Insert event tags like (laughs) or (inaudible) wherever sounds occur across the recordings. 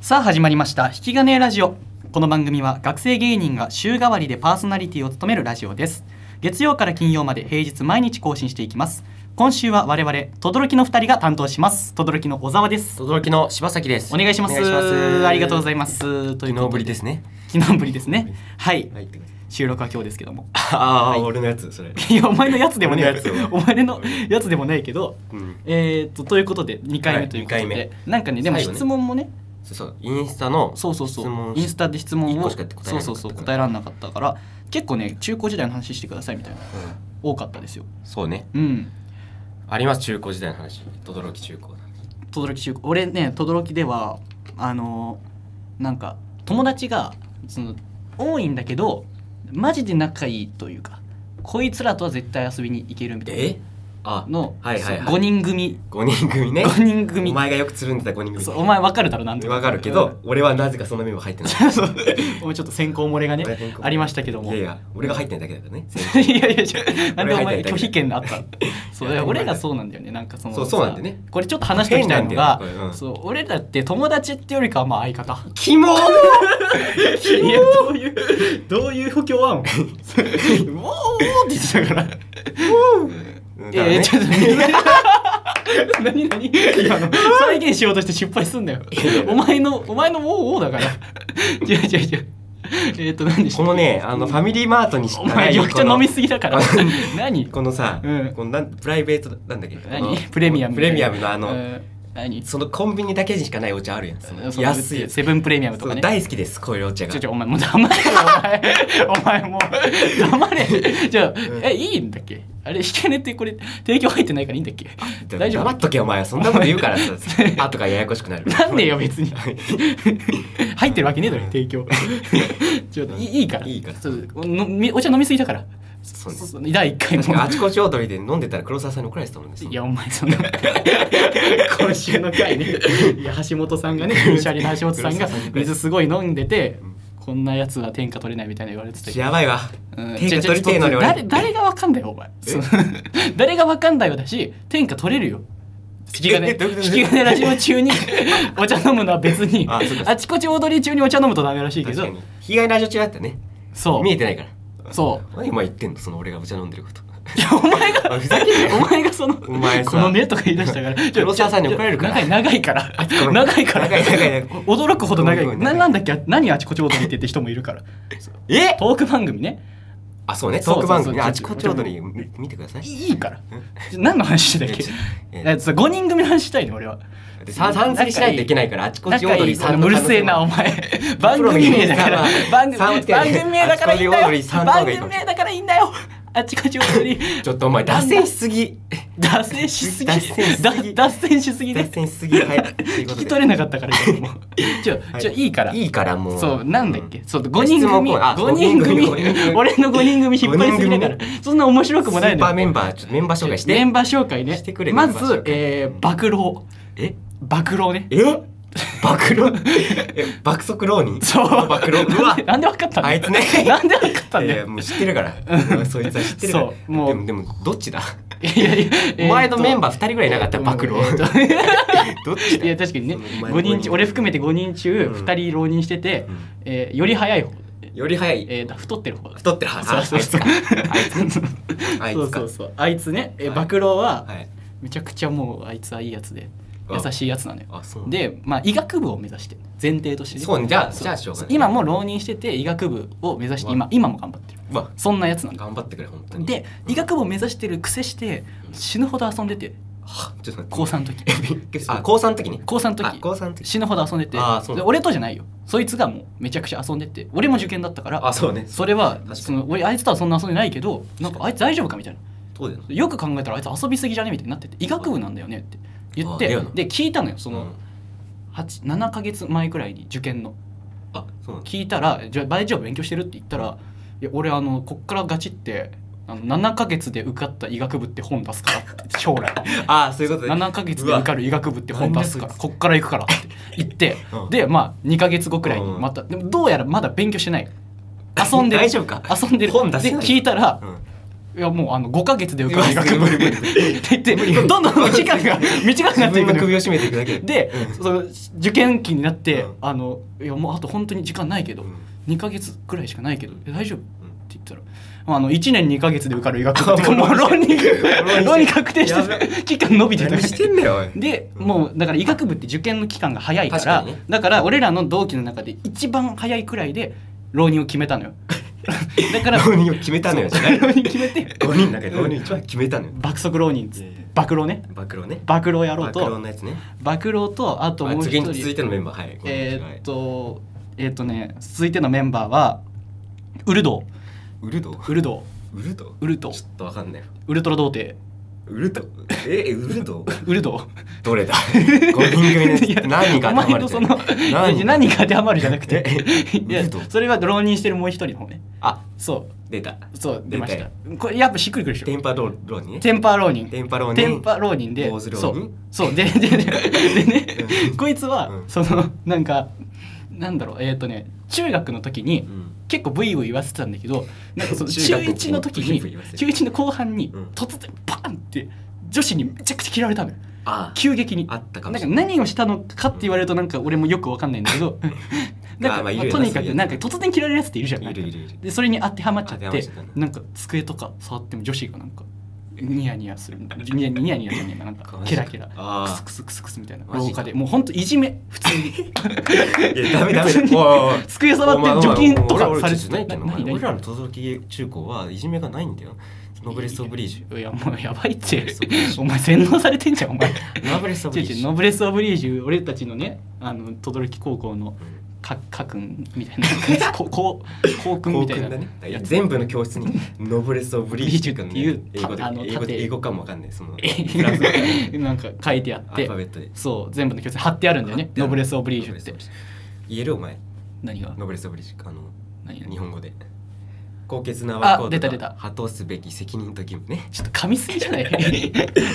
さあ始まりました引き金ラジオこの番組は学生芸人が週替わりでパーソナリティを務めるラジオです月曜から金曜まで平日毎日更新していきます今週は我々轟の二人が担当します轟の小沢です轟の柴崎です。。お願いしますありがとうございますすということ昨日ぶりですね。昨日ぶりですねはいはい。収録は今日ですけども (laughs) ああ、はい俺のやつそれ。いやお前のやつでもね俺のやつお前のやつでもないけどうん。えー、っとということで2回は目いということで、二回なんかねでも最後ね質問もねそうそう。インスタのそうそうそ質う問インスタで質問一を個しか答えられなかったそうそうそう答えられなかったから結構ね中高時代の話してくださいみたいな多かったですよそうね。うんあります中高時代の話。轟き中高の話。轟中高俺ね轟ではあのーなんか友達がその多いんだけどマジで仲いいというかこいつらとは絶対遊びに行けるみたいえ？あな、の、はいはいはい5人組五人組ね。 5人組お前がよくつるんでた五人組。そうお前わかるだろなんとわかるけど、俺はなぜかそのメモ入っ (laughs) てない。そうお前ちょっと先行漏れがね俺変更ありましたけどもいやいや、俺が入ってないだけだからね。 (laughs) いやいやいや、なんでお前俺入ってない拒否権あ (laughs) ったの。そう、いや俺らそうなんだよね、なんかその。そうそうなんだよねさこれちょっと話しておきたいのが変なんだよねこれう、んそう、俺らって友達ってよりかはまあ相 (laughs) 方。キモー。いや、どういう、どういう不況はもう。おおって言ってたから。うんいやいや、ちょっだと。 (laughs) 何何いやあの再現しようとして失敗すんだよお前のお前のおーおーだから違う違う違うえっと何でしたこのね、あのファミリーマートにしお前緑茶飲みすぎだ (laughs) からこの何このさ、うんこのなんプライベートなんだっけこ何のプレミアムプレミアムのあの、うん何そのコンビニだけにしかないお茶あるやんそのそう安いやつセブンプレミアムとかそうね大好きですこういうお茶がちょちょお前もう黙れよお前お (laughs) 前もう黙れじゃあえいいんだっけあれ引き金ってこれ提供入ってないからいいんだっけ大丈黙っ夫とけお前はそんなこと言うから (laughs) さ後がややこしくなるなんでよ別に (laughs) 入ってるわけねえだろ提供ちょいいいいからいいからそうおのみお茶飲みすぎだからそうですそう第1回確かにあもちこち踊りで飲んでたら黒沢さんに怒られてたもんですいやお前そんな (laughs) 今週の回ねいや橋本さんがね銀シャリの橋本さんが水すごい飲んでてこんなやつは天下取れないみたいな言われてたけどやばいわ、うん天ちょち下ょ取りてえのに俺誰誰がわかんだよお前えその誰がわかんだよだし天下取れるよ引き金え引どういうことき金ラジオ中にお茶飲むのは別にああそうかちこち踊り中にお茶飲むとダメらしいけ確どかに被害ラジオ中だったねそう見えてないからそう何今言ってんのその俺がお茶飲んでることいやお前があふざけんなよ (laughs) お前がそのお前さこのねとか言い出したからちょ (laughs) 黒沢さんに怒られるからちょ長い長いからごめん長いから長い長い長い驚くほど長いごめんごめんななんだっけ何あちこち踊りって言って人もいるからえトーク番組ねあそうねそうトそーうクそう番組ちょあちこち踊り見見てくださいいいから何の話してたっけえだってさ5人組の話したいの俺はでささんずりしないといけないからあちこち仲踊いりいさんうるせえなお (laughs) 前番プロの組名だからユーザーは番組さん番つけて組名だからいいんだあちよ番組こち踊りさんの方がいいかもしれ名だからいいんだよあっちこち踊りちょっとお前脱線しすぎ脱線しすぎ脱線しすぎだ脱線しすぎ脱ね線しすぎはいというこ (laughs) 聞ときで取れなかったから今 (laughs) もうちょちょいいからいいからもうそうなんだっけ、うそう5人質問組コーナーあ5人組五人組俺の5人組引っ張りすぎだから五人そんな面白くスもないーのパーよメンバーちょっとメンバー紹介してメンバー紹介ねしてくれまメンバーず紹介えー暴露え暴露ねえ暴露え爆速浪人そう暴露うわなんでわかったんだよあいつね (laughs) なんでわかったんいだやよもう知ってるからそいつは知ってるからそうもうでもでもどっちだいやいやお前のメンババー2人ぐらいいなかったら暴露えーどっちだ (laughs) いや確かにね (laughs) そのお前の5人中俺含めて5人中うん2人浪人しててうんえーより早い方より早いえーだ太ってる方太ってるはずそうそうそうあいつかあいそつうかそあいうつそうあいつねえーはい暴露はかはいめちゃくちゃもうあいつはいいやつであ優しいやつなのよあそうで、まあ、医学部を目指してる前提としてねそうねじゃあそうじゃあしょうがない今も浪人してて医学部を目指して今今も頑張ってるうわそんなやつなんだ頑張ってくれ本当にで医学部を目指してる癖して死ぬほど遊んでてはちょっと待って高3の時あ高3の時ね高3のあ時高3の時死ぬほど遊んでてあーそうで俺とじゃないよそいつがもうめちゃくちゃ遊んでて俺も受験だったからあそうねそれはかにその俺あいつとはそんな遊んでないけどなんかあいつ大丈夫かみたいなそうだよねよく考えたらあいつ遊びすぎじゃねみたいになってて医学部なんだよねって言っあてだよなで聞いたのよその、うん八7か月前くらいに受験のあそうなんだ聞いたら「じゃあ大丈夫勉強してる?」って言ったら「いや俺あのこっからガチってあの7か月で受かった医学部って本出すから」 (laughs) って将来あそういうことね7か月で受かる医学部って本出すからなんだそいこつっから行くからって言って、 (laughs) うんでまあ2か月後くらいにうんまた、でもどうやらまだ勉強してない遊んでる大丈夫か遊んでる本出せないで聞いたら、うんいやもうあの5ヶ月で受かる大学 (laughs) 無理無理無理って言ってどんどん期間 (laughs) が短くな自っていくの分のよ首を絞めていくだけで、うその受験期になって、うんあのいやもうあと本当に時間ないけど、うん2ヶ月くらいしかないけどえ大丈夫って言ったら、まあ、あの1年2ヶ月で受かる医学部ってあ (laughs) ももうう論に (laughs) 論に確定やばして期間伸びてた何してんだよおいでうんもうだから医学部って受験の期間が早いから確かにねだから俺らの同期の中で一番早いくらいで浪人を決め (laughs) たのよだから浪人を決めたのよじゃない浪人決めて5人の中で浪人一番決めたのよ爆速浪人っつっていやいや暴露ね暴露ね暴露やろ暴う露とのやつね暴露とあとあもう次一に続い人てのメンバーはいえーっとえーっとね続いてのメンバーはウルドウルドウルドウルドウルドちょっとわかんないウルトラ童貞ウ (laughs) ルドえウルドウルドど (laughs) れだ ?5 人組のやつって何がお前当てはまのるじそゃんの何何が当てはまるじゃなくていやウルドそれは浪人してるもう一人の方ねあそう出たそう出まし出たこれやっぱしっくりくるでしテょンパローローにねテンパ浪人テンパローにテンパ浪人で坊主浪人そうそうででででねこいつはうんそのなんかなんだろうえっとね中学の時にうん結構ブイブイ言わせてたんだけどなんかその中中学の時1の時ブイブイ言わせにる中1の後半にうん突然パンって女子にめちゃくちゃ嫌われたのよあ急激にあったかもなんしかれない何をしたのかって言われるとなんか俺もよくわかんないんだけ (laughs) どなんまあかまあいまるあよなとにかそういくうやつなんか突然嫌われるやつっているじゃんいるいるいるでそれに当てはまっちゃっ当てはまってちゃったねなんか机とか触っても女子がなんかニヤニヤするみたいなニヤニヤニヤニヤニヤなんかマジケかラケラあークスクスクスクスみたいなマジか廊下でもうほんといじめ普通にいやダメダメ普通においおいおい (laughs) 机触って除菌とかされてないけどな何何俺らの轟中高はいじめがないんだよノブレス・オブリージいやもうやばいっノブてレスオブリージュお前洗脳されてんじゃんお前ュ (laughs) ノブレス・オブ違うリージ (laughs) 違うュノブレス・オブリージュ俺たちのねあの轟高校のかかくんみたい (laughs) なここうこうくんみたいなだねやつ全部の教室にノブレス・オブリージュ君ねブリージュっていう英語であの英語で縦英語かもわかんないそのフ (laughs) ランス語なんか書いてあっアルてファベットでそう全部の教材貼ってあるんだよねノブレス・オブリージュってノブレスオブリージュ言えるお前何がノブレス・オブリージュあの何日が本語で高潔な和あ光出た出た果たすべき責任と義務ねちょっと噛みすぎじ (laughs) ゃない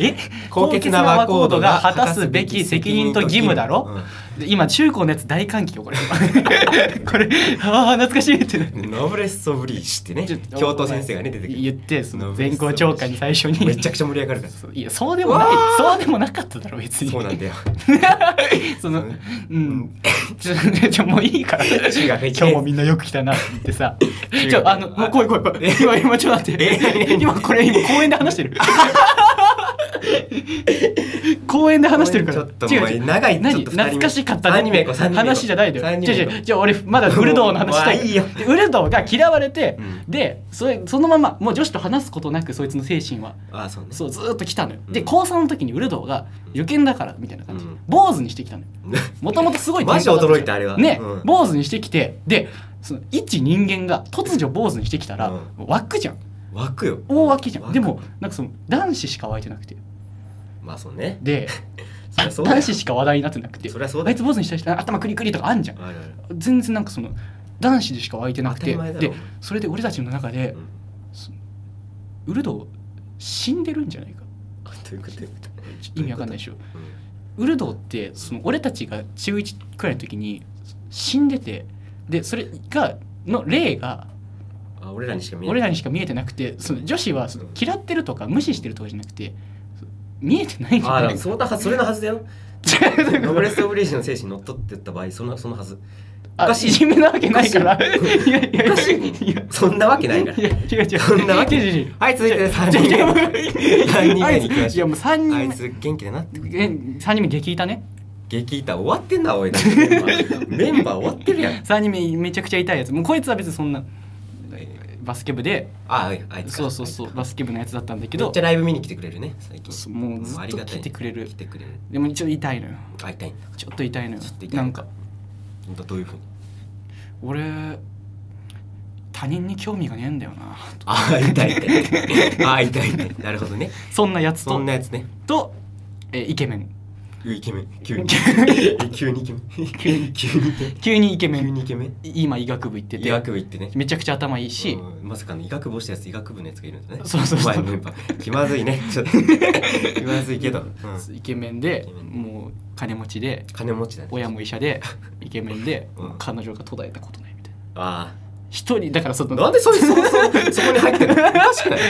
え高高潔潔なな和和ココーードドがが果果たたすすべべきき責責任任とと義義務務だだろろ、で今中高のやつ大歓喜よこれ (laughs) これああ懐かしいってノブレス・オブリージュってちょね教頭先生がね出てく言っるてそのノブレス全校長官に最初にめちゃくちゃ盛り上がるからそういやそうでもないそうでもなかっただろ別にそうなん (laughs) だよそのうんちょちょもういいから中学一今年日もみんなよく来たなって (laughs) さ中学ちょあのもう来い来い (laughs) 来い今今ちょっと待ってえ今これ今公園で話して (laughs) る公園で話してるからちょっともう長い何ちょっと二人目懐かしかったね三人目行こう三人目行こう話じゃないで三人目じ行ゃこうじゃ俺まだウルドーの話したもういいいよでウルドーが嫌われて、うんでそれそのままもう女子と話すことなくそいつの精神はああそうねそうずーっと来たのよ、うでん高3の時にウルドーが受験だからみたいな感じ、うん坊主にしてきたのよ (laughs) もともとすごいテンパだったじゃんマジ驚いたあれはね、うん坊主にしてきてでその一人間が突如坊主にしてきたら、うんもう湧くじゃん湧くよ大湧きじゃん湧くでもなんかその男子しか湧いてなくてまあそうねでそりゃそうだよ男子しか話題になってなくてそりゃそうあだいよつ坊主にした人頭クリクリとかあんじゃんあるある全然なんかその男子でしか湧いてなく当たてり前だでろそれで俺たちの中で、うんウルド死んでるんじゃないかあどういうことどういうことちょ意味わかんないでしょうんウルドーってその俺たちが中1くらいの時に死んでてでそれがの霊があ俺らにしか見えない俺らにしか見えてなくてその女子はその嫌ってるとか無視してるとかじゃなくて見えてないんじゃあなだいかからそうだはずそれのはずだよノブレス・オブリージュの精神にのっとってった場合そのそのはずおあかいしいじめなわけないからおかしいやいやいおやかしいいやそんなわけないからいや違う違うそんなわけ違う違うはい続いて3じゃ人あじ目ゃあ3人目に行きまいしょやうもう3人あい目つ元気だなってえ3人目激いたね激痛終わってんなおい (laughs) メンバーメンバー終わってるやん3人目めちゃくちゃ痛いやつもうこいつは別にそんなバスケ部でああいつかそうそうそうバスケ部のやつだったんだけめっどちゃライブ見に来てくれるね最そ近うもうずあっりとがたい来てくれる来てくれるでもちょっと痛いのよ会いたいんだちょっと痛いのよちょっと痛いなんかほんとどういうふうに俺他人に興味がねえんだよな (laughs) ああ痛い痛いああ痛い痛いなるほどねそんなやつそとんなやつねと、えーイケメンうイケメン急 (laughs) に急にイケメン急に急にイケメン急にイケメ急ンにイケメン今医学部行って医て学部行ってねめちゃくちゃ頭いいし、うんまさかの医学部をしたやつ医学部のやつがいるんだねそうそうそうお前のメンバー気まずいねちょっ (laughs) と気まずいけど、うんイケメンでイケメンもう金持ちで金持ちだね (laughs) 親も医者でイケメンで、うん彼女が途絶えたことないみたいなああ一人だからそのなんでそれそそそこに入っ (laughs) てるのおかしくない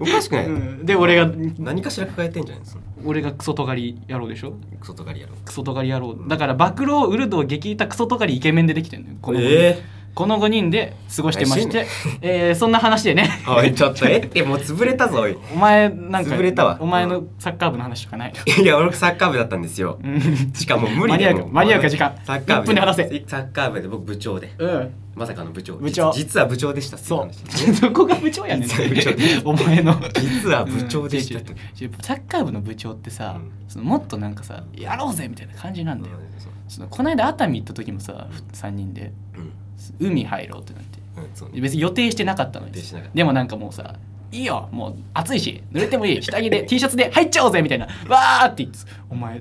おかしくない、うんで俺が何かしら抱えてんじゃないですか俺がクソとがり野郎でしょクソとかリアルクソとがり野郎だから暴露ウルドを激イタクソとがりイケメンでできてるのよこの五人えこの5人で過ごしてまして怪、えーそんな話でねえおいちょっとえってもう潰れたぞおいお前なんか潰れたわお前のサッカー部の話とかないいや俺サッカー部だったんですようんしかも無理で間に合うか間に合うか時間サッカー部1分で話せサッカー部で僕部長でうんまさかの部長部長実実は部長でしたっていうそう話どこが部長やねん実は (laughs) 部長お前の実は部長でしたうっんて違う違うサッカー部の部長ってさ、うんそのもっとなんかさやろうぜみたいな感じなんだよ、そのこの間熱海行った時もさ3人でうん海入ろうってなってうんそう別に予定してなかったのに予定してなかったでもなんかもうさいいよもう暑いし濡れてもいい下着で T シャツで入っちゃおうぜみたいなわーって言ってお前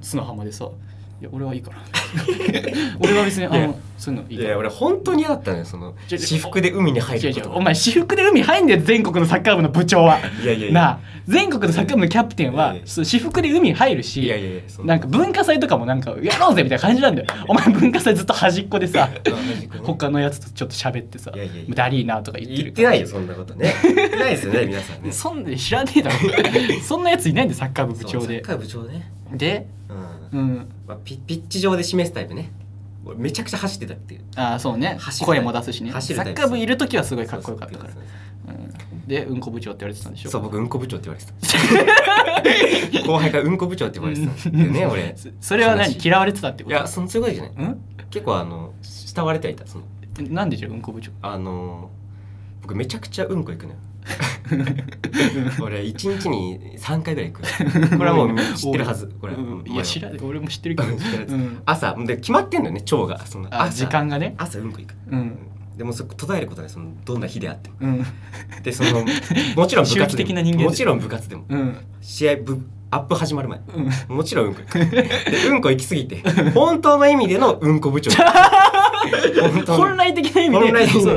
砂浜でさ「いや俺はいいから」 (laughs) 俺は別にあいやのそういうのいいいからや俺本当に嫌だったのよそのちょちょ私服で海に入違うる違こうとお前私服で海入んで全国のサッカー部の部長はいやいやいやなあ全国のサッカー部のキャプテンいやはいやそう私服で海入るしいやいやいやそんなんか文化祭とかもなんかやろうぜみたいな感じなんだよお前文化祭ずっと端っこで (laughs) さ他のやつとちょっと喋ってさいやいやいやダリーなとか言ってる言ってないよそんなことね言ってないですよね皆さん (laughs) ねそんで知らねえ (laughs) だろそんなやついないんでサッカー部部長そうサッでカー部長ねでうんうんまあピピッチ上で示すタイプね俺めちゃくちゃ走ってたっていうああそうね走る声も出すしねサ走るタイプッカー部いる時はすごいかっこよかったからそうそううんでうんこ部長って言われてたんでしょそう僕うんこ部長って言われてた (laughs) 後輩がうんこ部長って言われてたんだよね俺そそれは何悲しい嫌われてたってこいとやそのそういうことじゃなういん結構あの慕われてはいたそのなんでじゃあうんこ部長あの僕めちゃくちゃうんこ行くのよ (laughs) 俺一日に3回ぐらい行 (laughs) くこれはもう知ってるはずこれ、うんいや知らない俺も知ってるけど、 (laughs) うん知ってるやつうん朝で決まってんのよね腸がそのあ朝時間がね朝うんこ行く、うんでもそこ途絶えることないそのどんな日であってもうんでそのもちろん部周活期で的もな人間もちろん部活でもうん試合ぶアップ始まる前うんもちろんうんこ行くでうんこ行き過ぎて本当の意味でのうんこ部長本当本の来的な意味で本来的なそ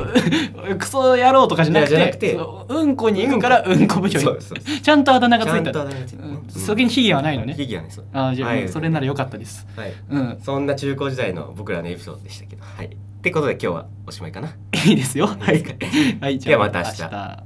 うクソ野郎とかじゃなくていやじゃなくてそううんこに行くからうんこ部長にそうそうちゃんとあだ名がついちゃたんとあだ名がついたうんそげに卑下はないのね意義はねそうあーじゃあ、はいそれなら良かったですはいうんそんな中高時代の僕らのエピソードでしたけどはいってことで今日はおしまいかないいですよはい、はい、ではまた明日明日